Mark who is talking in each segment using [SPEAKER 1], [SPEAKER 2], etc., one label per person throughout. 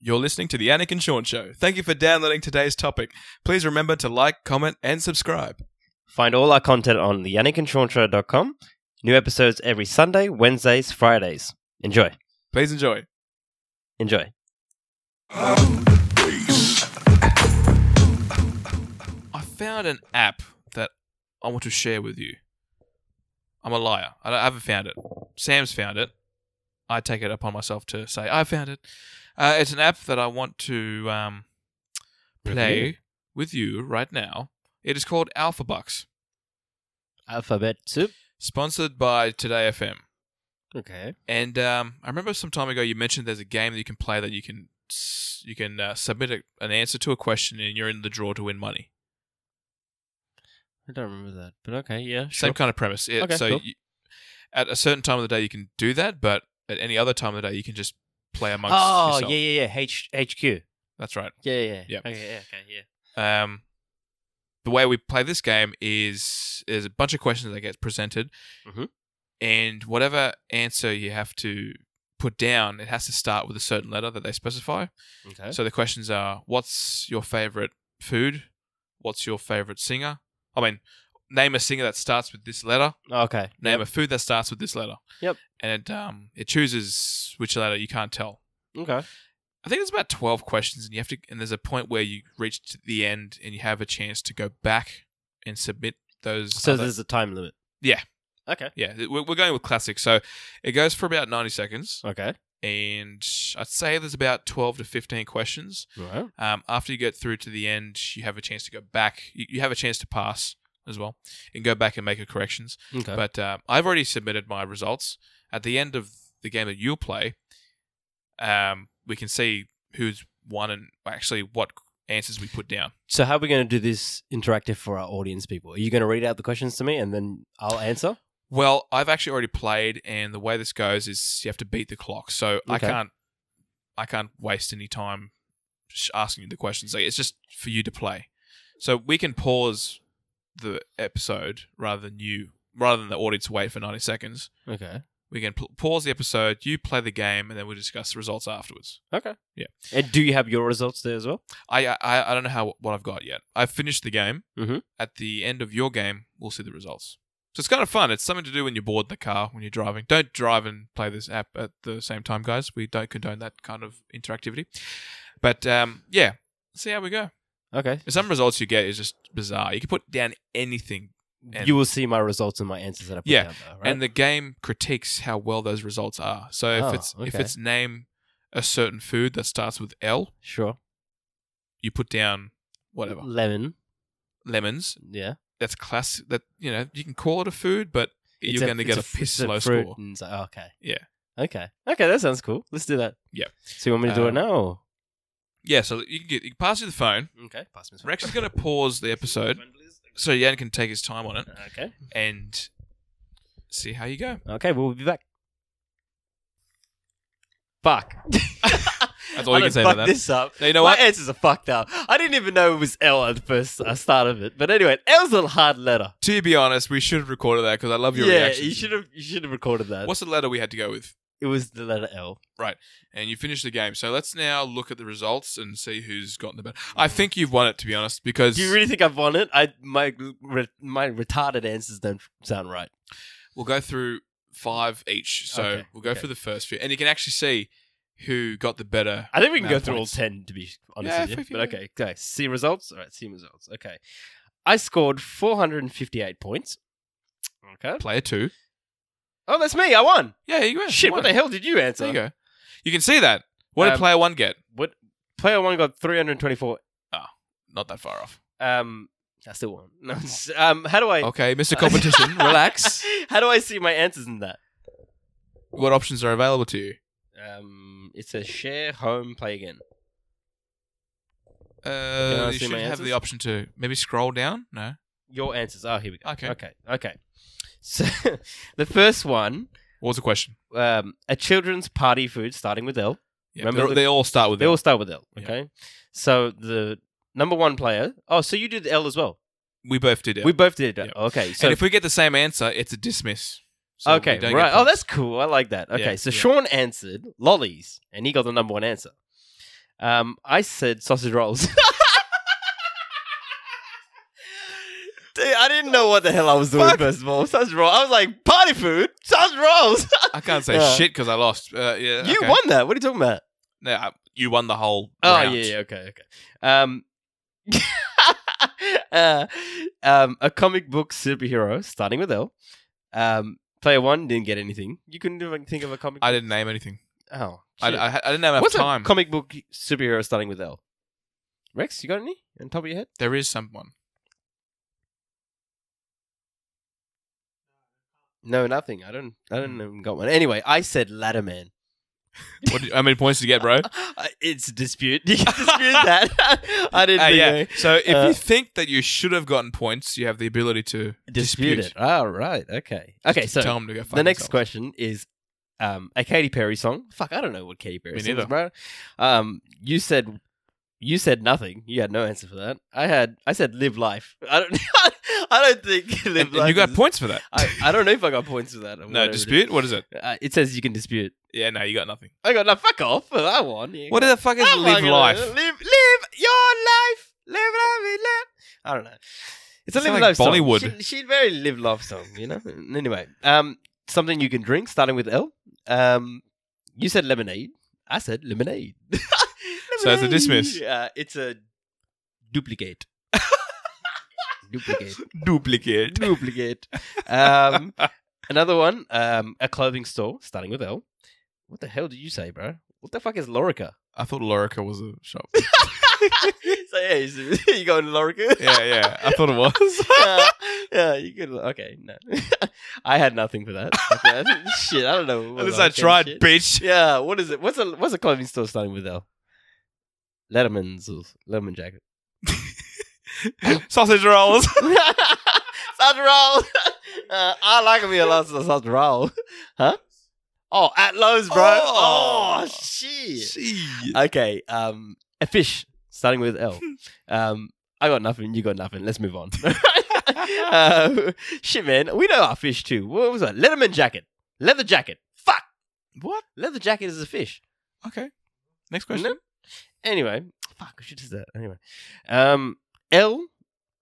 [SPEAKER 1] You're listening to The Anakin Sean Show. Thank you for downloading today's topic. Please remember to like, comment, and subscribe.
[SPEAKER 2] Find all our content on theyannickandshawnshow.com. New episodes every Sunday, Wednesdays, Fridays. Enjoy.
[SPEAKER 1] Please enjoy.
[SPEAKER 2] Enjoy.
[SPEAKER 1] I found an app that I want to share with you. I'm a liar. I don't- I haven't found it. Sam's found it. I take it upon myself to say I found it. Uh, it's an app that I want to um, play with you right now. It is called Alpha Bucks,
[SPEAKER 2] Alphabet soup.
[SPEAKER 1] sponsored by Today FM.
[SPEAKER 2] Okay.
[SPEAKER 1] And um, I remember some time ago you mentioned there's a game that you can play that you can s- you can uh, submit a, an answer to a question and you're in the draw to win money.
[SPEAKER 2] I don't remember that, but okay, yeah,
[SPEAKER 1] Same kind of premise. It-
[SPEAKER 2] Okay,
[SPEAKER 1] so
[SPEAKER 2] cool.
[SPEAKER 1] you, at a certain time of the day you can do that, but at any other time of the day you can just play amongst
[SPEAKER 2] Oh,
[SPEAKER 1] yourself.
[SPEAKER 2] yeah, yeah, yeah. H- HQ. Yeah,
[SPEAKER 1] That's right.
[SPEAKER 2] yeah.
[SPEAKER 1] Yep.
[SPEAKER 2] Okay, yeah, okay, yeah.
[SPEAKER 1] Um, the way we play this game is there's a bunch of questions that get presented,
[SPEAKER 2] Mhm.
[SPEAKER 1] and whatever answer you have to put down, it has to start with a certain letter that they specify.
[SPEAKER 2] Okay.
[SPEAKER 1] So the questions are: What's your favorite food? What's your favorite singer? I mean, name a singer that starts with this letter.
[SPEAKER 2] Oh, okay.
[SPEAKER 1] Name a food that starts with this letter.
[SPEAKER 2] Yep.
[SPEAKER 1] And it, um, it chooses which letter you can't tell.
[SPEAKER 2] Okay.
[SPEAKER 1] I think there's about twelve questions, and you have to. And there's a point where you reach to the end, and you have a chance to go back and submit those.
[SPEAKER 2] So
[SPEAKER 1] other-
[SPEAKER 2] there's a time limit.
[SPEAKER 1] Yeah.
[SPEAKER 2] Okay.
[SPEAKER 1] yeah, th- we're we're going with classic. So it goes for about ninety seconds,
[SPEAKER 2] Okay.
[SPEAKER 1] and I'd say there's about twelve to fifteen questions.
[SPEAKER 2] All right.
[SPEAKER 1] Um, after you get through to the end, you have a chance to go back. You, you have a chance to pass as well, and go back and make your corrections.
[SPEAKER 2] Okay.
[SPEAKER 1] But uh, I've already submitted my results. At the end of the game that you'll play, um, we can see who's won and actually what answers we put down.
[SPEAKER 2] so how are we going to do this interactive for our audience people? Are you going to read out the questions to me and then I'll answer?
[SPEAKER 1] Well, I've actually already played, and the way this goes is you have to beat the clock. So I
[SPEAKER 2] Okay.
[SPEAKER 1] can't, I can't waste any time sh- asking you the questions. Like, it's just for you to play. So we can pause the episode rather than you, rather than the audience wait for ninety seconds.
[SPEAKER 2] Okay.
[SPEAKER 1] We can pl- pause the episode. You play the game, and then we'll discuss the results afterwards.
[SPEAKER 2] Okay.
[SPEAKER 1] Yeah.
[SPEAKER 2] And do you have your results there as well?
[SPEAKER 1] I I, I don't know how what I've got yet. I've finished the game.
[SPEAKER 2] Mhm.
[SPEAKER 1] At the end of your game, we'll see the results. So it's kind of fun. It's something to do when you're bored in the car when you're driving. Don't drive and play this app at the same time, guys. We don't condone that kind of interactivity. But um, yeah, see how we go.
[SPEAKER 2] Okay.
[SPEAKER 1] And some results you get is just bizarre. You can put down anything, And-
[SPEAKER 2] you will see my results and my answers that I put
[SPEAKER 1] Yeah,
[SPEAKER 2] down. Though, right?
[SPEAKER 1] and the game critiques how well those results are. So if
[SPEAKER 2] Oh,
[SPEAKER 1] it's if
[SPEAKER 2] okay.
[SPEAKER 1] it's name a certain food that starts with L,
[SPEAKER 2] sure.
[SPEAKER 1] you put down whatever
[SPEAKER 2] Lemon.
[SPEAKER 1] lemons.
[SPEAKER 2] Yeah.
[SPEAKER 1] that's class that you know you can call it a food, but
[SPEAKER 2] It's
[SPEAKER 1] you're
[SPEAKER 2] a-
[SPEAKER 1] going to
[SPEAKER 2] it's
[SPEAKER 1] get
[SPEAKER 2] a
[SPEAKER 1] a,
[SPEAKER 2] fr-
[SPEAKER 1] piss
[SPEAKER 2] it's a
[SPEAKER 1] low
[SPEAKER 2] fruit
[SPEAKER 1] score.
[SPEAKER 2] and it's like- oh, okay.
[SPEAKER 1] Yeah.
[SPEAKER 2] Okay. Okay, that sounds cool. Let's do that.
[SPEAKER 1] Yeah.
[SPEAKER 2] So you want me to do
[SPEAKER 1] Uh,
[SPEAKER 2] it now?
[SPEAKER 1] Yeah, so you can get you can pass you the phone.
[SPEAKER 2] Okay. Pass me some.
[SPEAKER 1] Rex is going to pause the episode so Yan can take his time on it
[SPEAKER 2] Okay.
[SPEAKER 1] and see how you go.
[SPEAKER 2] Okay, we'll be back. Fuck.
[SPEAKER 1] That's all you can
[SPEAKER 2] I done
[SPEAKER 1] say about
[SPEAKER 2] fucked
[SPEAKER 1] that.
[SPEAKER 2] this up.
[SPEAKER 1] Now, you know
[SPEAKER 2] My
[SPEAKER 1] what?
[SPEAKER 2] answers are fucked up. I didn't even know it was L at the first uh, start of it. But anyway, L's a hard letter.
[SPEAKER 1] To be honest, we should have recorded that because I love your
[SPEAKER 2] yeah,
[SPEAKER 1] reactions.
[SPEAKER 2] you should have you should have recorded that.
[SPEAKER 1] What's the letter we had to go with?
[SPEAKER 2] It was the letter L.
[SPEAKER 1] And you finished the game. So let's now look at the results and see who's gotten the better. I think you've won it, to be honest, because
[SPEAKER 2] Do you really think I've won it? I my re, my retarded answers don't sound right.
[SPEAKER 1] we'll go through five each. So
[SPEAKER 2] Okay,
[SPEAKER 1] we'll go
[SPEAKER 2] okay.
[SPEAKER 1] through the first few. And you can actually see who got the better
[SPEAKER 2] I think we can
[SPEAKER 1] No
[SPEAKER 2] go through all
[SPEAKER 1] points.
[SPEAKER 2] ten to be honest
[SPEAKER 1] Yeah,
[SPEAKER 2] with you.
[SPEAKER 1] if you-
[SPEAKER 2] But okay, okay. See results. All right, see results. Okay, I scored four hundred and fifty-eight points. Okay.
[SPEAKER 1] player two.
[SPEAKER 2] Oh, that's me. I won.
[SPEAKER 1] Yeah, you go.
[SPEAKER 2] Shit!
[SPEAKER 1] You
[SPEAKER 2] What
[SPEAKER 1] won.
[SPEAKER 2] the hell did you answer?
[SPEAKER 1] There you go. You can see that. What did
[SPEAKER 2] Um,
[SPEAKER 1] player one get?
[SPEAKER 2] What player one got three hundred twenty-four.
[SPEAKER 1] Not that far off.
[SPEAKER 2] Um, I still won. No, I'm just- um, how do I?
[SPEAKER 1] Okay, Mr. Oh, Competition, relax.
[SPEAKER 2] How do I see my answers in that?
[SPEAKER 1] What options are available to you?
[SPEAKER 2] Um, it says share home play again.
[SPEAKER 1] Uh,
[SPEAKER 2] I
[SPEAKER 1] you
[SPEAKER 2] see
[SPEAKER 1] should
[SPEAKER 2] my
[SPEAKER 1] have the
[SPEAKER 2] answers?
[SPEAKER 1] option to maybe scroll down. No.
[SPEAKER 2] Your answers. Oh, here we go.
[SPEAKER 1] Okay.
[SPEAKER 2] Okay. Okay. So the first one,
[SPEAKER 1] What was the question?
[SPEAKER 2] um, a children's party food starting with L.
[SPEAKER 1] Yeah,
[SPEAKER 2] Remember
[SPEAKER 1] they're-
[SPEAKER 2] the-
[SPEAKER 1] they all start with
[SPEAKER 2] They
[SPEAKER 1] L.
[SPEAKER 2] all start with L.
[SPEAKER 1] Yeah.
[SPEAKER 2] Okay. So the number one player. Oh, so you did L as well.
[SPEAKER 1] We both did it.
[SPEAKER 2] We both did. L.
[SPEAKER 1] Yeah.
[SPEAKER 2] Okay. So
[SPEAKER 1] and if we get the same answer, it's a dismiss. So
[SPEAKER 2] okay,
[SPEAKER 1] we don't get
[SPEAKER 2] right. Oh,
[SPEAKER 1] points.
[SPEAKER 2] that's cool. I like that. Okay.
[SPEAKER 1] Yeah,
[SPEAKER 2] So
[SPEAKER 1] yeah.
[SPEAKER 2] Sean answered lollies, and he got the number one answer. Um, I said sausage rolls. Dude, I didn't know what the hell I was doing.
[SPEAKER 1] Fuck.
[SPEAKER 2] First of all, sausage rolls. I was like party food, sausage rolls.
[SPEAKER 1] I can't say
[SPEAKER 2] Yeah.
[SPEAKER 1] shit because I lost. Uh, yeah,
[SPEAKER 2] you
[SPEAKER 1] okay.
[SPEAKER 2] won that. What are you talking about?
[SPEAKER 1] No, I- you won the whole.
[SPEAKER 2] Oh
[SPEAKER 1] round.
[SPEAKER 2] yeah, yeah, okay, okay. Um, uh, um, a comic book superhero starting with L. Um, player one didn't get anything. You couldn't even think of a comic.
[SPEAKER 1] I didn't name anything.
[SPEAKER 2] oh,
[SPEAKER 1] I,
[SPEAKER 2] shit.
[SPEAKER 1] I, I didn't have enough
[SPEAKER 2] What's
[SPEAKER 1] time.
[SPEAKER 2] a comic book superhero starting with L? Rex, you got any on top of your head?
[SPEAKER 1] there is someone.
[SPEAKER 2] No, nothing. I don't. I don't even got one. Anyway, I said Ladderman.
[SPEAKER 1] What do you- how many points did you get, bro?
[SPEAKER 2] Uh, it's a dispute. You can dispute that. I didn't.
[SPEAKER 1] Uh,
[SPEAKER 2] think
[SPEAKER 1] yeah.
[SPEAKER 2] I-
[SPEAKER 1] So if
[SPEAKER 2] Uh,
[SPEAKER 1] you think that you should have gotten points, you have the ability to
[SPEAKER 2] dispute it. All right. Okay. Okay. So
[SPEAKER 1] tell them to go. fuck
[SPEAKER 2] the next
[SPEAKER 1] themselves.
[SPEAKER 2] question is um, a Katy Perry song. Fuck, I don't know what Katy Perry
[SPEAKER 1] Me
[SPEAKER 2] sings,
[SPEAKER 1] neither.
[SPEAKER 2] bro. Um, you said you said nothing. You had no answer for that. I had I said live life. I don't I don't think
[SPEAKER 1] And-
[SPEAKER 2] live
[SPEAKER 1] and
[SPEAKER 2] life.
[SPEAKER 1] you got
[SPEAKER 2] is-
[SPEAKER 1] points for that.
[SPEAKER 2] I, I don't know if I got points for that. or
[SPEAKER 1] no
[SPEAKER 2] whatever it is.
[SPEAKER 1] dispute. What is it?
[SPEAKER 2] Uh, it says you can dispute.
[SPEAKER 1] Yeah, no, you got nothing.
[SPEAKER 2] I got no fuck off. I won. Yeah,
[SPEAKER 1] What
[SPEAKER 2] go.
[SPEAKER 1] the fuck is
[SPEAKER 2] I'm not
[SPEAKER 1] live
[SPEAKER 2] gonna-
[SPEAKER 1] life?
[SPEAKER 2] Live, live your life. Live, live, live. I don't know. It's a
[SPEAKER 1] Sound
[SPEAKER 2] live
[SPEAKER 1] like
[SPEAKER 2] life song.
[SPEAKER 1] Bollywood.
[SPEAKER 2] She, she very live life song, you know. anyway, um, something you can drink, starting with L. Um, you said lemonade. I said lemonade.
[SPEAKER 1] So it's a dismiss.
[SPEAKER 2] Lemonade. Uh, it's a duplicate. duplicate.
[SPEAKER 1] Duplicate.
[SPEAKER 2] Duplicate. Um, another one. Um, a clothing store, starting with L. What the hell did you say, bro? What the fuck is Lorica?
[SPEAKER 1] I thought Lorica was a shop.
[SPEAKER 2] so yeah, you, s- you go to Lorica.
[SPEAKER 1] yeah, yeah. I thought it was.
[SPEAKER 2] yeah, yeah, you could. Okay, no, I had nothing for that. Fuck that. shit, I don't know.
[SPEAKER 1] At
[SPEAKER 2] what
[SPEAKER 1] least I
[SPEAKER 2] Lorica
[SPEAKER 1] tried,
[SPEAKER 2] shit.
[SPEAKER 1] bitch.
[SPEAKER 2] Yeah, what is it? What's a what's a clothing store starting with L? Letterman's or Letterman jacket.
[SPEAKER 1] Sausage rolls.
[SPEAKER 2] sausage roll. Uh, I like me a lot of sausage roll. Huh? Oh, at Lowe's, bro.
[SPEAKER 1] Oh.
[SPEAKER 2] oh shit.
[SPEAKER 1] Jeez.
[SPEAKER 2] Okay, um, a fish starting with L. Um, I got nothing. You got nothing. Let's move on. um, shit, man, we know our fish too. What was that? Letterman jacket, leather jacket. Fuck,
[SPEAKER 1] What?
[SPEAKER 2] leather jacket is a fish.
[SPEAKER 1] Okay. Next
[SPEAKER 2] No?
[SPEAKER 1] question.
[SPEAKER 2] Anyway, fuck, we should do that. Anyway, um, L,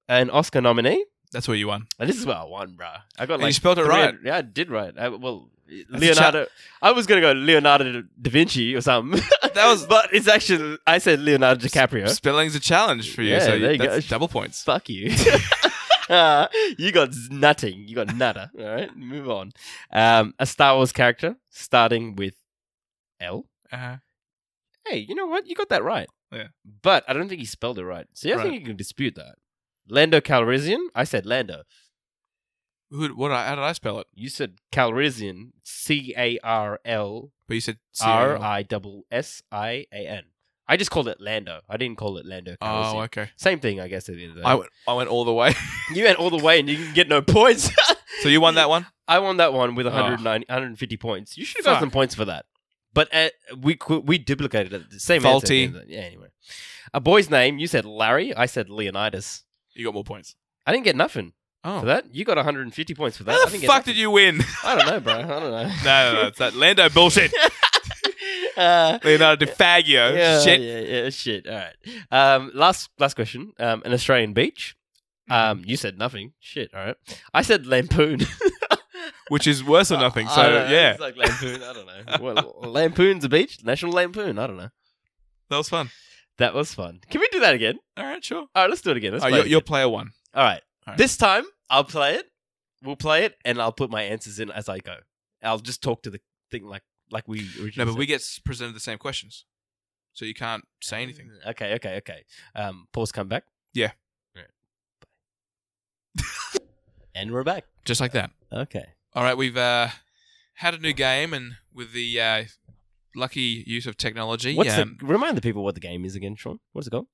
[SPEAKER 2] an Oscar nominee.
[SPEAKER 1] That's where you won.
[SPEAKER 2] And this is what I won, bro. I got
[SPEAKER 1] And you
[SPEAKER 2] like
[SPEAKER 1] spelled it
[SPEAKER 2] three-
[SPEAKER 1] right.
[SPEAKER 2] Yeah, I did right. I, well,
[SPEAKER 1] That's a
[SPEAKER 2] Leonardo. I was gonna go Leonardo da Vinci or something.
[SPEAKER 1] That was
[SPEAKER 2] but it's actually I said Leonardo DiCaprio.
[SPEAKER 1] spelling's a challenge for you.
[SPEAKER 2] Yeah,
[SPEAKER 1] so
[SPEAKER 2] there you go.
[SPEAKER 1] that's double points.
[SPEAKER 2] Fuck you. Uh, you got z- nothing. You got nada. All right, move on. Um, a Star Wars character starting with L.
[SPEAKER 1] Uh-huh.
[SPEAKER 2] Hey, you know what? You got that right.
[SPEAKER 1] Yeah.
[SPEAKER 2] But I don't think he spelled it right. So I
[SPEAKER 1] Right.
[SPEAKER 2] think you can dispute that. Lando Calrissian. I said Lando.
[SPEAKER 1] Who? What? I- How did I spell it?
[SPEAKER 2] You said Calrissian. C A R L
[SPEAKER 1] But you said C A
[SPEAKER 2] R
[SPEAKER 1] L.
[SPEAKER 2] I double S I A N. I just called it Lando. I didn't call it Lando Calrissian.
[SPEAKER 1] Oh, okay.
[SPEAKER 2] Same thing, I guess. At the end of the day,
[SPEAKER 1] I went. I went all the way.
[SPEAKER 2] you went all the way, and you can get no points.
[SPEAKER 1] so you won that one.
[SPEAKER 2] I won that one with
[SPEAKER 1] Oh.
[SPEAKER 2] 190, 150 points. You should have got
[SPEAKER 1] Fuck.
[SPEAKER 2] some points for that. But uh, we qu- we duplicated it. The same answer at
[SPEAKER 1] Faulty.
[SPEAKER 2] the end of the- Yeah, anyway. A boy's name. You said Larry. I said Leonidas.
[SPEAKER 1] You got more points.
[SPEAKER 2] I didn't get nothing
[SPEAKER 1] Oh.
[SPEAKER 2] for that. You got 150 points for that.
[SPEAKER 1] How
[SPEAKER 2] I
[SPEAKER 1] the
[SPEAKER 2] didn't get
[SPEAKER 1] fuck did
[SPEAKER 2] nothing.
[SPEAKER 1] you win? no,
[SPEAKER 2] I don't know, bro. I don't know.
[SPEAKER 1] no, no. It's that Lando bullshit.
[SPEAKER 2] uh,
[SPEAKER 1] Leonardo DiFaggio.
[SPEAKER 2] yeah,
[SPEAKER 1] shit.
[SPEAKER 2] Yeah, yeah, shit. All right. Um, last last question. Um, an Australian beach.
[SPEAKER 1] Mm-hmm.
[SPEAKER 2] Um, you said nothing. Shit. All right. I said lampoon.
[SPEAKER 1] Which is worse than nothing.
[SPEAKER 2] I
[SPEAKER 1] So
[SPEAKER 2] don't know,
[SPEAKER 1] yeah,
[SPEAKER 2] it's like lampoon. I don't know. Well, lampoon's a beach. National lampoon. I don't know.
[SPEAKER 1] that was fun.
[SPEAKER 2] That was fun. Can we do that again?
[SPEAKER 1] All right, sure.
[SPEAKER 2] All right, let's do it again. Let's
[SPEAKER 1] Oh,
[SPEAKER 2] play
[SPEAKER 1] you're,
[SPEAKER 2] it
[SPEAKER 1] you're
[SPEAKER 2] again.
[SPEAKER 1] player one.
[SPEAKER 2] All, right.
[SPEAKER 1] All right.
[SPEAKER 2] This time I'll play it. We'll play it, and I'll put my answers in as I go. I'll just talk to the thing like like we originally.
[SPEAKER 1] No, but we
[SPEAKER 2] said.
[SPEAKER 1] get s- presented the same questions, so you can't say anything.
[SPEAKER 2] Mm, Okay, okay, okay. Um, pause. Come back.
[SPEAKER 1] Yeah.
[SPEAKER 2] All right. Bye. and we're back.
[SPEAKER 1] Just like that.
[SPEAKER 2] Okay.
[SPEAKER 1] All right, we've uh, had a new game, and with the uh, lucky use of technology,
[SPEAKER 2] What's
[SPEAKER 1] um,
[SPEAKER 2] the, remind the people what the game is again, Sean? What's it called?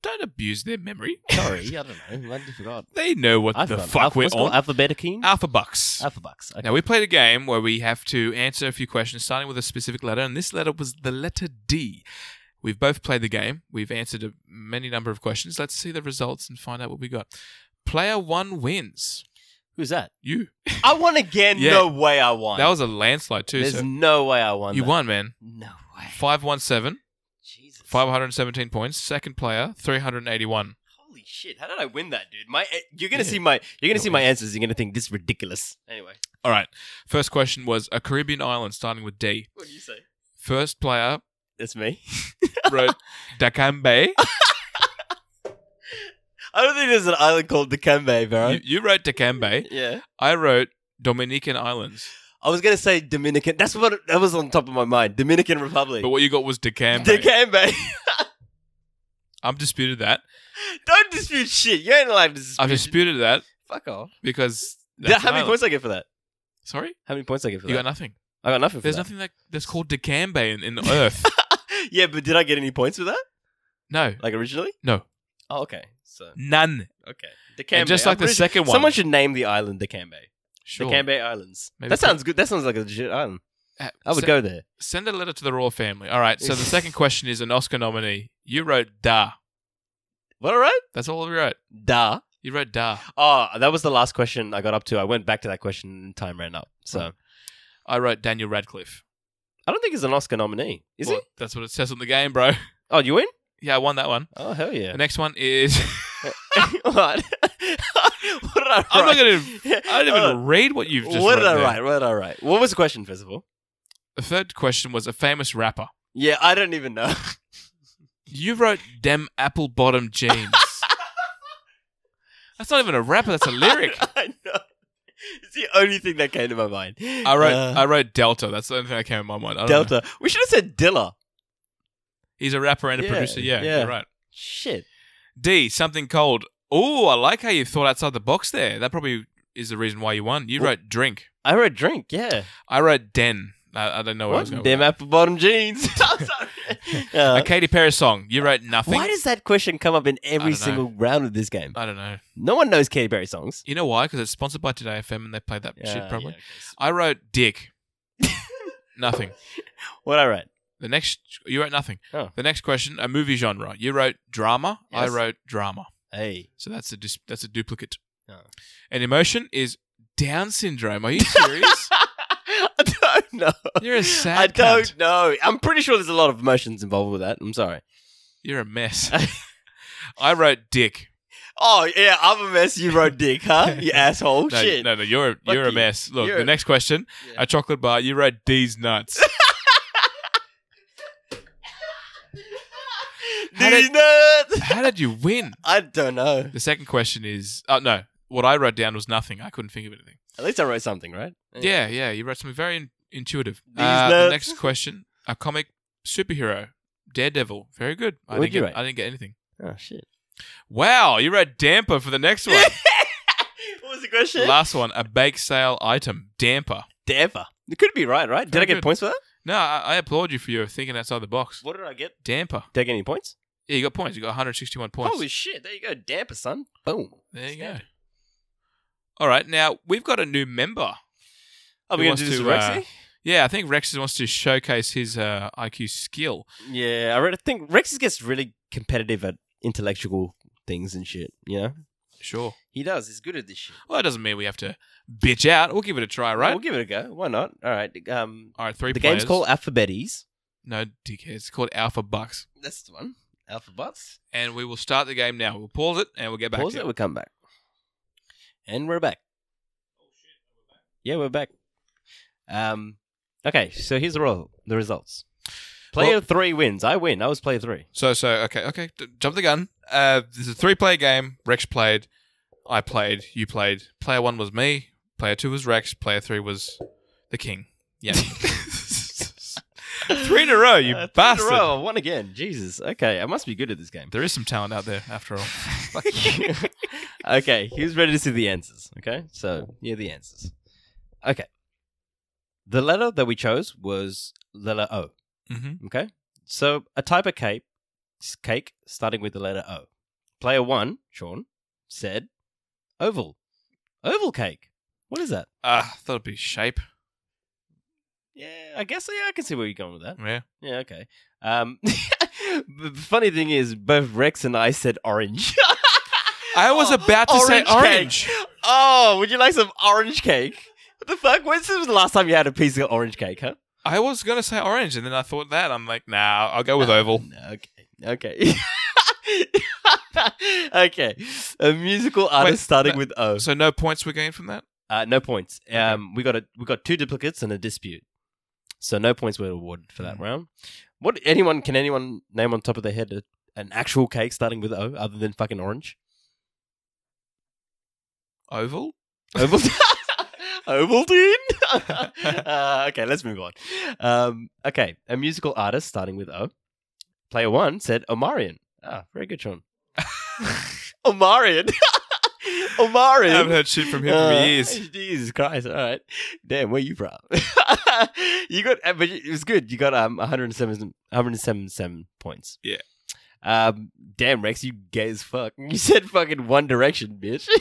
[SPEAKER 1] don't abuse their memory.
[SPEAKER 2] Sorry, I don't know. I forgot.
[SPEAKER 1] they know what
[SPEAKER 2] I
[SPEAKER 1] the
[SPEAKER 2] forgot.
[SPEAKER 1] fuck
[SPEAKER 2] Alpha,
[SPEAKER 1] we're
[SPEAKER 2] what's it called?
[SPEAKER 1] on.
[SPEAKER 2] Alphabet King.
[SPEAKER 1] Alpha Bucks.
[SPEAKER 2] Alpha Bucks. Okay.
[SPEAKER 1] Now we played a game where we have to answer a few questions starting with a specific letter, and this letter was the letter D. We've both played the game. We've answered a many number of questions. Let's see the results and find out what we got. Player one wins.
[SPEAKER 2] Who's that?
[SPEAKER 1] You.
[SPEAKER 2] I won again.
[SPEAKER 1] Yeah.
[SPEAKER 2] No way I won.
[SPEAKER 1] That was a landslide too.
[SPEAKER 2] There's
[SPEAKER 1] so
[SPEAKER 2] no way I won.
[SPEAKER 1] you
[SPEAKER 2] that.
[SPEAKER 1] won, man.
[SPEAKER 2] No way.
[SPEAKER 1] Five one seven. 517 points. Second player, 381.
[SPEAKER 2] Holy shit! How did I win that, dude? My eh, you're gonna
[SPEAKER 1] Yeah.
[SPEAKER 2] see my you're gonna see my answers. You're gonna think this is ridiculous. Anyway,
[SPEAKER 1] All right. First question was a Caribbean island starting with D.
[SPEAKER 2] what do you say?
[SPEAKER 1] First player
[SPEAKER 2] That's me.
[SPEAKER 1] wrote Dacambe.
[SPEAKER 2] I don't think there's an island called Dikembe, bro.
[SPEAKER 1] You, you wrote Dacambe.
[SPEAKER 2] yeah.
[SPEAKER 1] I wrote Dominican Islands.
[SPEAKER 2] I was gonna say Dominican. That's what that was on top of my mind. Dominican Republic.
[SPEAKER 1] But what you got was Dacambe.
[SPEAKER 2] Dikembe.
[SPEAKER 1] I've disputed that.
[SPEAKER 2] don't dispute shit. You ain't allowed to dispute.
[SPEAKER 1] I've disputed that
[SPEAKER 2] Fuck off.
[SPEAKER 1] because.
[SPEAKER 2] Yeah,
[SPEAKER 1] that's
[SPEAKER 2] how
[SPEAKER 1] an
[SPEAKER 2] many
[SPEAKER 1] island.
[SPEAKER 2] points I get for that?
[SPEAKER 1] Sorry?
[SPEAKER 2] How many points I get for
[SPEAKER 1] You
[SPEAKER 2] that?
[SPEAKER 1] got nothing.
[SPEAKER 2] I got nothing for
[SPEAKER 1] There's
[SPEAKER 2] that.
[SPEAKER 1] nothing that, that's called Dacambe in, in the earth.
[SPEAKER 2] yeah, but did I get any points for that?
[SPEAKER 1] No,
[SPEAKER 2] Like originally?
[SPEAKER 1] No.
[SPEAKER 2] Oh, okay. So
[SPEAKER 1] none.
[SPEAKER 2] okay. Dikembe.
[SPEAKER 1] And just like
[SPEAKER 2] I'm
[SPEAKER 1] the
[SPEAKER 2] pretty sure-
[SPEAKER 1] second one.
[SPEAKER 2] Someone should name the island Dikembe.
[SPEAKER 1] Sure.
[SPEAKER 2] Dikembe Islands.
[SPEAKER 1] Maybe
[SPEAKER 2] that
[SPEAKER 1] put-
[SPEAKER 2] sounds good. That sounds like a legit island.
[SPEAKER 1] Uh,
[SPEAKER 2] I would
[SPEAKER 1] se-
[SPEAKER 2] go there.
[SPEAKER 1] Send a letter to the royal family. All right. So the second question is an Oscar nominee. You wrote Da.
[SPEAKER 2] What? All right.
[SPEAKER 1] That's all we wrote.
[SPEAKER 2] Da.
[SPEAKER 1] You wrote Da.
[SPEAKER 2] Oh, that was the last question I got up to. I went back to that question and time ran up. So
[SPEAKER 1] I wrote Daniel Radcliffe.
[SPEAKER 2] I don't think he's an Oscar nominee. Is
[SPEAKER 1] Well,
[SPEAKER 2] he?
[SPEAKER 1] That's what it says on the game, bro.
[SPEAKER 2] Oh, you win?
[SPEAKER 1] Yeah, I won that one.
[SPEAKER 2] Oh hell yeah!
[SPEAKER 1] The next one is.
[SPEAKER 2] All right. what did I write?
[SPEAKER 1] I'm not going to. I didn't
[SPEAKER 2] Hold
[SPEAKER 1] even read what you've
[SPEAKER 2] on.
[SPEAKER 1] just
[SPEAKER 2] Uh, What did
[SPEAKER 1] wrote
[SPEAKER 2] I
[SPEAKER 1] there.
[SPEAKER 2] write? What did I write? What was the question, first of all?
[SPEAKER 1] The third question was a famous rapper.
[SPEAKER 2] Yeah, I don't even know.
[SPEAKER 1] You wrote Dem Apple Bottom Jeans. that's not even a rapper, that's a lyric.
[SPEAKER 2] I know. It's the only thing that came to my mind.
[SPEAKER 1] I wrote
[SPEAKER 2] Uh,
[SPEAKER 1] I wrote Delta. That's the only thing that came in my mind. I don't know.
[SPEAKER 2] Delta. We should have said Dilla.
[SPEAKER 1] He's a rapper and a
[SPEAKER 2] Yeah,
[SPEAKER 1] producer. Yeah,
[SPEAKER 2] yeah.
[SPEAKER 1] you're right.
[SPEAKER 2] Shit.
[SPEAKER 1] D, something cold. Oh, I like how you thought outside the box there. That probably is the reason why you won. You
[SPEAKER 2] Wh-
[SPEAKER 1] wrote drink.
[SPEAKER 2] I wrote drink. Yeah.
[SPEAKER 1] I wrote den. I, I don't know where I was
[SPEAKER 2] What?
[SPEAKER 1] going.
[SPEAKER 2] Damn
[SPEAKER 1] with
[SPEAKER 2] apple bottom jeans. I'm sorry.
[SPEAKER 1] that.
[SPEAKER 2] Uh,
[SPEAKER 1] A Katy Perry song. You wrote nothing.
[SPEAKER 2] Why does that question come up in
[SPEAKER 1] I
[SPEAKER 2] every
[SPEAKER 1] don't know.
[SPEAKER 2] single round of this game?
[SPEAKER 1] I don't know.
[SPEAKER 2] No one knows Katy Perry songs.
[SPEAKER 1] You know why? Because it's sponsored by Today FM and they played that shit
[SPEAKER 2] Uh,
[SPEAKER 1] probably.
[SPEAKER 2] yeah, okay. So-
[SPEAKER 1] I wrote dick. nothing.
[SPEAKER 2] What I write?
[SPEAKER 1] The next, you wrote nothing.
[SPEAKER 2] Oh.
[SPEAKER 1] The next question, a movie genre. You wrote drama. I
[SPEAKER 2] Yes.
[SPEAKER 1] wrote drama.
[SPEAKER 2] Hey.
[SPEAKER 1] So that's a dis- that's a duplicate.
[SPEAKER 2] Oh.
[SPEAKER 1] An emotion is Down syndrome. Are you serious?
[SPEAKER 2] I don't know.
[SPEAKER 1] You're a sad.
[SPEAKER 2] I don't
[SPEAKER 1] cunt.
[SPEAKER 2] know. I'm pretty sure there's a lot of emotions involved with that. I'm sorry.
[SPEAKER 1] You're a mess. I wrote dick.
[SPEAKER 2] Oh yeah, I'm a mess. You wrote dick, huh? You asshole.
[SPEAKER 1] No,
[SPEAKER 2] Oh, Shit.
[SPEAKER 1] no, no. You're
[SPEAKER 2] Fuck
[SPEAKER 1] you're a
[SPEAKER 2] you.
[SPEAKER 1] mess. Look,
[SPEAKER 2] You're
[SPEAKER 1] the
[SPEAKER 2] a-
[SPEAKER 1] next question,
[SPEAKER 2] Yeah.
[SPEAKER 1] a chocolate bar. You wrote these nuts. How
[SPEAKER 2] These
[SPEAKER 1] did-
[SPEAKER 2] nuts.
[SPEAKER 1] How did you win?
[SPEAKER 2] I don't know.
[SPEAKER 1] The second question is, oh no, what I wrote down was nothing. I couldn't think of anything.
[SPEAKER 2] At least I wrote something, right?
[SPEAKER 1] Yeah, yeah. You wrote something very in- intuitive.
[SPEAKER 2] These
[SPEAKER 1] Uh, the
[SPEAKER 2] nuts.
[SPEAKER 1] next question: A comic superhero, Daredevil. Very good. I
[SPEAKER 2] What'd
[SPEAKER 1] didn't
[SPEAKER 2] you
[SPEAKER 1] get.
[SPEAKER 2] write?
[SPEAKER 1] I didn't get anything.
[SPEAKER 2] Oh shit.
[SPEAKER 1] Wow, you wrote damper for the next one.
[SPEAKER 2] what was the question?
[SPEAKER 1] Last one: A bake sale item, damper.
[SPEAKER 2] Damper. It could be right, right? Did
[SPEAKER 1] Very
[SPEAKER 2] I get
[SPEAKER 1] good.
[SPEAKER 2] points for that?
[SPEAKER 1] No, I, I applaud you for your thinking outside the box.
[SPEAKER 2] What did I get?
[SPEAKER 1] Damper.
[SPEAKER 2] Did I get any points?
[SPEAKER 1] Yeah, you got points. You got 161 points.
[SPEAKER 2] Holy shit! There you go. Damper, son. Boom.
[SPEAKER 1] there you go.
[SPEAKER 2] Standard.
[SPEAKER 1] All right, now we've got a new member. Who
[SPEAKER 2] Are we gonna
[SPEAKER 1] wants
[SPEAKER 2] do this
[SPEAKER 1] to,
[SPEAKER 2] with
[SPEAKER 1] uh,
[SPEAKER 2] Rexy?
[SPEAKER 1] Yeah, I think Rex wants to showcase his uh, IQ skill.
[SPEAKER 2] Yeah, I, read, I think Rexy gets really competitive at intellectual things and shit. You know,
[SPEAKER 1] Sure.
[SPEAKER 2] he does. He's good at this shit.
[SPEAKER 1] Well, that doesn't mean we have to bitch out. We'll give it a try, right?
[SPEAKER 2] We'll give it a go. Why not? All right. Um,
[SPEAKER 1] All right, three
[SPEAKER 2] the
[SPEAKER 1] players.
[SPEAKER 2] game's called Alphabetes.
[SPEAKER 1] No, dickhead. It's called Alpha Bucks.
[SPEAKER 2] That's the one. Alpha Bots.
[SPEAKER 1] And we will start the game now. We'll pause it and we'll get back
[SPEAKER 2] Pause
[SPEAKER 1] to
[SPEAKER 2] it.
[SPEAKER 1] it.
[SPEAKER 2] We'll come back. And we're back. Yeah, we're back. Um, okay. So here's the roll. The results. Player
[SPEAKER 1] Well-
[SPEAKER 2] three wins. I win. I was player three.
[SPEAKER 1] So, so, okay, okay. D- jump the gun. Uh, this is a three player game. Rex played. I played. You played. Player one was me. Player two was Rex. Player three was the king. Yeah. three in a row, you
[SPEAKER 2] Uh, three
[SPEAKER 1] bastard.
[SPEAKER 2] In a row. I won again. Jesus. Okay. I must be good at this game.
[SPEAKER 1] There is some talent out there, after all.
[SPEAKER 2] Fuck you. okay, he's ready to see the answers. Okay, so here are the answers. Okay, the letter that we chose was letter O.
[SPEAKER 1] hmm
[SPEAKER 2] Okay, so a type of cake, cake starting with the letter O. Player one, Sean, said oval, oval cake. What is that?
[SPEAKER 1] Uh, I thought it'd be shape.
[SPEAKER 2] Yeah, I guess yeah, I can see where you're going with that.
[SPEAKER 1] Yeah.
[SPEAKER 2] Yeah, okay. Um, the funny thing is, both Rex and I said orange.
[SPEAKER 1] I was
[SPEAKER 2] Oh,
[SPEAKER 1] about to say
[SPEAKER 2] cake.
[SPEAKER 1] orange.
[SPEAKER 2] Oh, would you like some orange cake? What the fuck? When's the last time you had a piece of orange cake, huh?
[SPEAKER 1] I was gonna say orange, and then I thought that I'm like, nah, I'll go with
[SPEAKER 2] No,
[SPEAKER 1] oval.
[SPEAKER 2] no, okay. Okay. okay. A musical artist
[SPEAKER 1] Wait,
[SPEAKER 2] starting
[SPEAKER 1] no-
[SPEAKER 2] with O.
[SPEAKER 1] So no points were gained from that.
[SPEAKER 2] Uh, no points. Um, we got a we got two duplicates and a dispute, so no points were awarded for that
[SPEAKER 1] Mm.
[SPEAKER 2] round. What anyone can anyone name on top of their head a, an actual cake starting with O other than fucking orange?
[SPEAKER 1] Oval.
[SPEAKER 2] Oval- Ovaltine. uh, okay, let's move on. Um, okay, a musical artist starting with O. Player one said Omarion. Ah, very good, Sean. Omarion.
[SPEAKER 1] I
[SPEAKER 2] Omarion.
[SPEAKER 1] haven't heard shit from him for
[SPEAKER 2] Uh,
[SPEAKER 1] years.
[SPEAKER 2] Jesus Christ! All right, damn, where you from? you got, uh, but it was good. You got um 107, 177 points.
[SPEAKER 1] Yeah.
[SPEAKER 2] Um, damn Rex, you gay as fuck. You said fucking One Direction, bitch.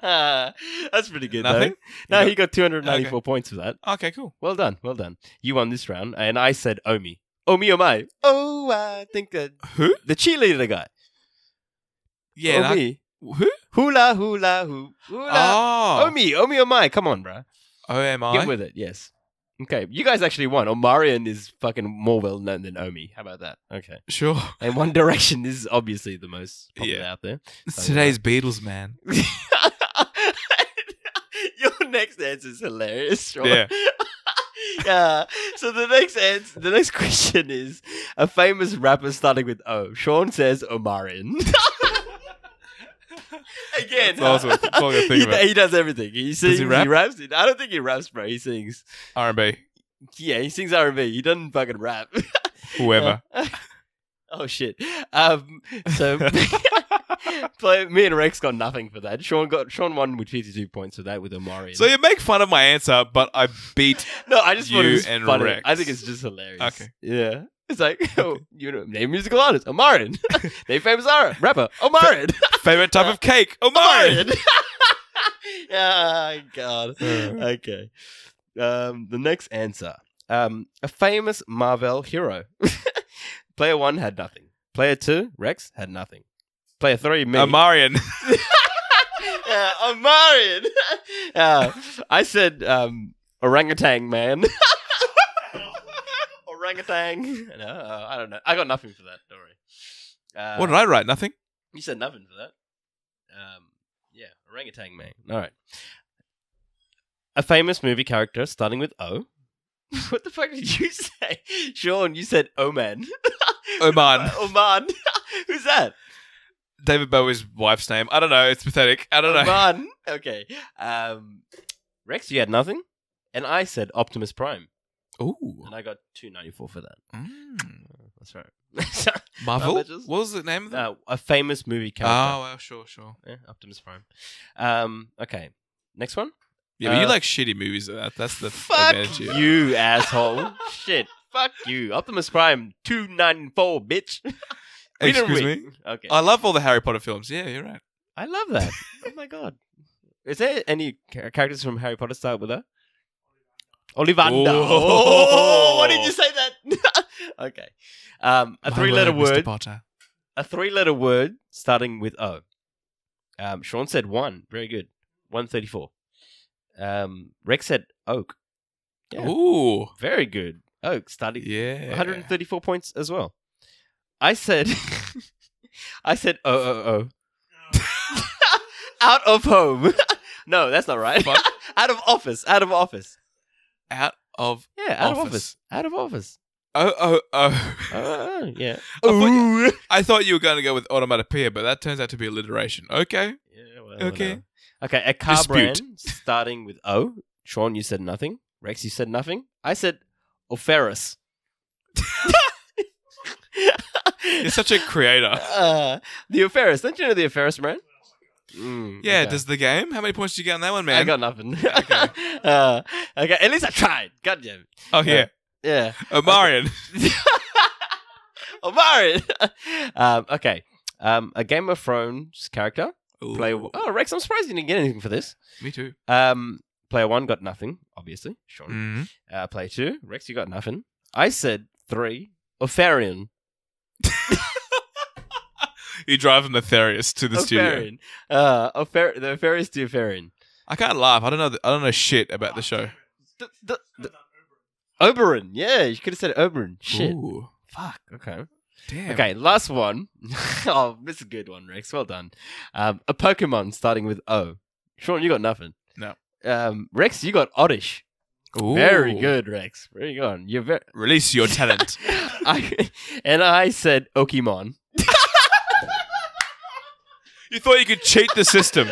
[SPEAKER 2] Uh, That's pretty good.
[SPEAKER 1] Nothing?
[SPEAKER 2] Though. No,
[SPEAKER 1] You
[SPEAKER 2] he got two hundred ninety-four points for that.
[SPEAKER 1] Okay, cool.
[SPEAKER 2] Well done, well done. You won this round, and I said "Oh, Omi. Omi Omai. Oh, I think uh,
[SPEAKER 1] Who?
[SPEAKER 2] the cheerleader guy.
[SPEAKER 1] Yeah. and I-
[SPEAKER 2] Omi.
[SPEAKER 1] who?
[SPEAKER 2] Hula hula hoo. Hula.
[SPEAKER 1] Oh.
[SPEAKER 2] Omi, Omi Omai. Come on, bruh. Get
[SPEAKER 1] OMI.
[SPEAKER 2] with it, yes. Okay, you guys actually won. Omarion is fucking more well known than Omi. How about that? Okay.
[SPEAKER 1] Sure.
[SPEAKER 2] And One Direction is obviously the most popular
[SPEAKER 1] Yeah.
[SPEAKER 2] out there.
[SPEAKER 1] It's today's Beatles, man.
[SPEAKER 2] Your next answer is hilarious. Sean.
[SPEAKER 1] Yeah.
[SPEAKER 2] yeah. So the next answer, the next question is a famous rapper starting with O. Sean says Omarion. Again,
[SPEAKER 1] That's awesome. That's all I can think
[SPEAKER 2] he,
[SPEAKER 1] about.
[SPEAKER 2] he does everything. He sings, he,
[SPEAKER 1] rap?
[SPEAKER 2] raps. I don't think he raps, bro. He sings.
[SPEAKER 1] R&B.
[SPEAKER 2] Yeah, he sings R and B. He doesn't fucking rap.
[SPEAKER 1] Whoever.
[SPEAKER 2] oh shit. Um. So, play, me and Rex got nothing for that. Sean got Sean won with fifty two points for that with Omari.
[SPEAKER 1] So you make fun of my answer, but I beat.
[SPEAKER 2] no, I just thought it
[SPEAKER 1] you
[SPEAKER 2] was
[SPEAKER 1] and
[SPEAKER 2] funny.
[SPEAKER 1] Rex.
[SPEAKER 2] I think it's just hilarious.
[SPEAKER 1] Okay.
[SPEAKER 2] Yeah. It's like oh, you know, name musical artist Omarin, name famous ar- rapper Omarin,
[SPEAKER 1] Favorite type of cake? Omari.
[SPEAKER 2] Omarin. oh God. Okay. Um, the next answer. Um, a famous Marvel hero. Player one had nothing. Player two, Rex, had nothing. Player three, me.
[SPEAKER 1] Omarion.
[SPEAKER 2] yeah, Omarion. Uh, I said um, orangutan man. orangutan. No, uh, I don't know. I got nothing for that. Don't worry. Uh,
[SPEAKER 1] What did I write? Nothing.
[SPEAKER 2] you said nothing for that. Um, yeah, orangutan man. All right. A famous movie character starting with O. what the fuck did you say, Sean? You said Oman.
[SPEAKER 1] Oman.
[SPEAKER 2] Oman. Who's that?
[SPEAKER 1] David Bowie's wife's name. I don't know. It's pathetic. I don't know.
[SPEAKER 2] Oman. Okay. Um, Rex, you had nothing, and I said Optimus Prime,
[SPEAKER 1] Ooh.
[SPEAKER 2] and I got two ninety four for that.
[SPEAKER 1] Mm.
[SPEAKER 2] That's right.
[SPEAKER 1] Marvel.
[SPEAKER 2] That matches.
[SPEAKER 1] What was the name of that?
[SPEAKER 2] uh, a famous movie
[SPEAKER 1] Oh,
[SPEAKER 2] character.
[SPEAKER 1] well, sure, sure.
[SPEAKER 2] Yeah, Optimus Prime. Um, okay. Next one.
[SPEAKER 1] Yeah, but you
[SPEAKER 2] Uh,
[SPEAKER 1] like shitty movies. though. That, that's the
[SPEAKER 2] Fuck
[SPEAKER 1] advantage.
[SPEAKER 2] you,
[SPEAKER 1] here.
[SPEAKER 2] asshole. Shit. Fuck you. Optimus Prime 294, bitch. We didn't
[SPEAKER 1] Excuse me. Uh,
[SPEAKER 2] win. Okay.
[SPEAKER 1] I love all the Harry Potter films. Yeah, you're right.
[SPEAKER 2] I love that. oh my god. Is there any cha- characters from Harry Potter start with her? Ollivander.
[SPEAKER 1] Oh.
[SPEAKER 2] Oh, why did you say that? okay. Um, a
[SPEAKER 1] My
[SPEAKER 2] three letter
[SPEAKER 1] Mr.
[SPEAKER 2] word.
[SPEAKER 1] Potter.
[SPEAKER 2] A three letter word starting with O. Um, Sean said one. Very good. 134. Um, Rex said oak. Yeah.
[SPEAKER 1] Ooh.
[SPEAKER 2] Very good. Oak starting
[SPEAKER 1] Yeah.
[SPEAKER 2] 134 points as well. I said, I said, oh, oh, oh. out of home. no, that's not right.
[SPEAKER 1] Fuck.
[SPEAKER 2] out of office. Out of office.
[SPEAKER 1] Out of.
[SPEAKER 2] Yeah, out of office.
[SPEAKER 1] Office.
[SPEAKER 2] Out of office.
[SPEAKER 1] Oh, oh, oh.
[SPEAKER 2] Oh, oh, yeah.
[SPEAKER 1] thought
[SPEAKER 2] Ooh.
[SPEAKER 1] I thought you were going to go with Automatopoeia, but that turns out to be alliteration. Okay.
[SPEAKER 2] Yeah, well,
[SPEAKER 1] Okay.
[SPEAKER 2] whatever. Okay, a car
[SPEAKER 1] Dispute.
[SPEAKER 2] brand starting with O. Sean, you said nothing. Rex, you said nothing. I said Oferus.
[SPEAKER 1] You're such a creator.
[SPEAKER 2] Uh, the Aferis. Don't you know the Aferis brand? Mm,
[SPEAKER 1] Yeah,
[SPEAKER 2] okay.
[SPEAKER 1] does the game? How many points did you get on that one, man?
[SPEAKER 2] I got nothing. Okay. uh, okay. At least I tried. God damn it.
[SPEAKER 1] oh, yeah.
[SPEAKER 2] Yeah.
[SPEAKER 1] Omarion.
[SPEAKER 2] Omari. um, okay. Um, a Game of Thrones character.
[SPEAKER 1] Ooh,
[SPEAKER 2] Player. Oh, Rex. I'm surprised you didn't get anything for this.
[SPEAKER 1] Me too.
[SPEAKER 2] Um, player one got nothing. Obviously, Sean.
[SPEAKER 1] Mm.
[SPEAKER 2] Uh, player two. Rex, you got nothing. I said three. Opharian.
[SPEAKER 1] You drive from the Therius to the studio.
[SPEAKER 2] Opharian. Uh, Ophar- the Opharius to Opharian.
[SPEAKER 1] I can't laugh. I don't know. The, I don't know shit about the show.
[SPEAKER 2] D- d- d- Oberon. Yeah, you could have said Oberon. Shit.
[SPEAKER 1] Ooh.
[SPEAKER 2] Fuck. Okay.
[SPEAKER 1] Damn.
[SPEAKER 2] Okay, last one. oh, this is a good one, Rex. Well done. Um, a Pokemon starting with O. Sean, you got nothing.
[SPEAKER 1] No.
[SPEAKER 2] Um, Rex, you got Oddish. Very
[SPEAKER 1] Ooh.
[SPEAKER 2] good, Rex. Very good. You're very.
[SPEAKER 1] Release your talent.
[SPEAKER 2] I, and I said Okimon.
[SPEAKER 1] you thought you could cheat the system.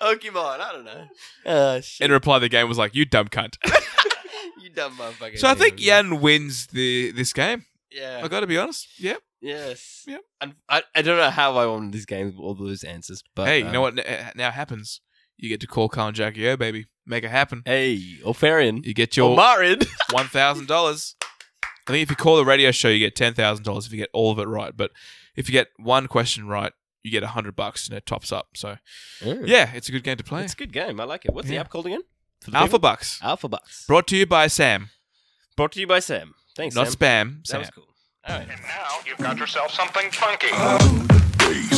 [SPEAKER 2] Okimon. I don't know. Uh, shit.
[SPEAKER 1] In reply, the game was like, "You dumb cunt."
[SPEAKER 2] you dumb motherfucker.
[SPEAKER 1] So I think
[SPEAKER 2] yeah.
[SPEAKER 1] Yan wins the this game.
[SPEAKER 2] Yeah.
[SPEAKER 1] I got to be honest. Yeah.
[SPEAKER 2] Yes.
[SPEAKER 1] Yep.
[SPEAKER 2] And I, I don't know how I won these games with all those answers, but
[SPEAKER 1] hey, you
[SPEAKER 2] um,
[SPEAKER 1] know what n- uh, now happens? You get to call Carl and Jackie O, baby. Make it happen.
[SPEAKER 2] Hey, Orfarian.
[SPEAKER 1] You get
[SPEAKER 2] You're
[SPEAKER 1] your
[SPEAKER 2] married.
[SPEAKER 1] one thousand dollars. I think if you call the radio show, you get ten thousand dollars if you get all of it right. But if you get one question right, you get hundred bucks and it tops up. So yeah, it's a good game to play.
[SPEAKER 2] It's a good game. I like it. What's the
[SPEAKER 1] Yeah.
[SPEAKER 2] app called again? For the
[SPEAKER 1] Alpha
[SPEAKER 2] people?
[SPEAKER 1] Bucks.
[SPEAKER 2] Alpha Bucks.
[SPEAKER 1] Brought to you by Sam,
[SPEAKER 2] Brought to you by Sam. Thanks,
[SPEAKER 1] not
[SPEAKER 2] Sam.
[SPEAKER 1] spam.
[SPEAKER 2] That
[SPEAKER 1] Sam.
[SPEAKER 2] was cool. All right.
[SPEAKER 3] And now you've got yourself something funky.
[SPEAKER 4] Peace.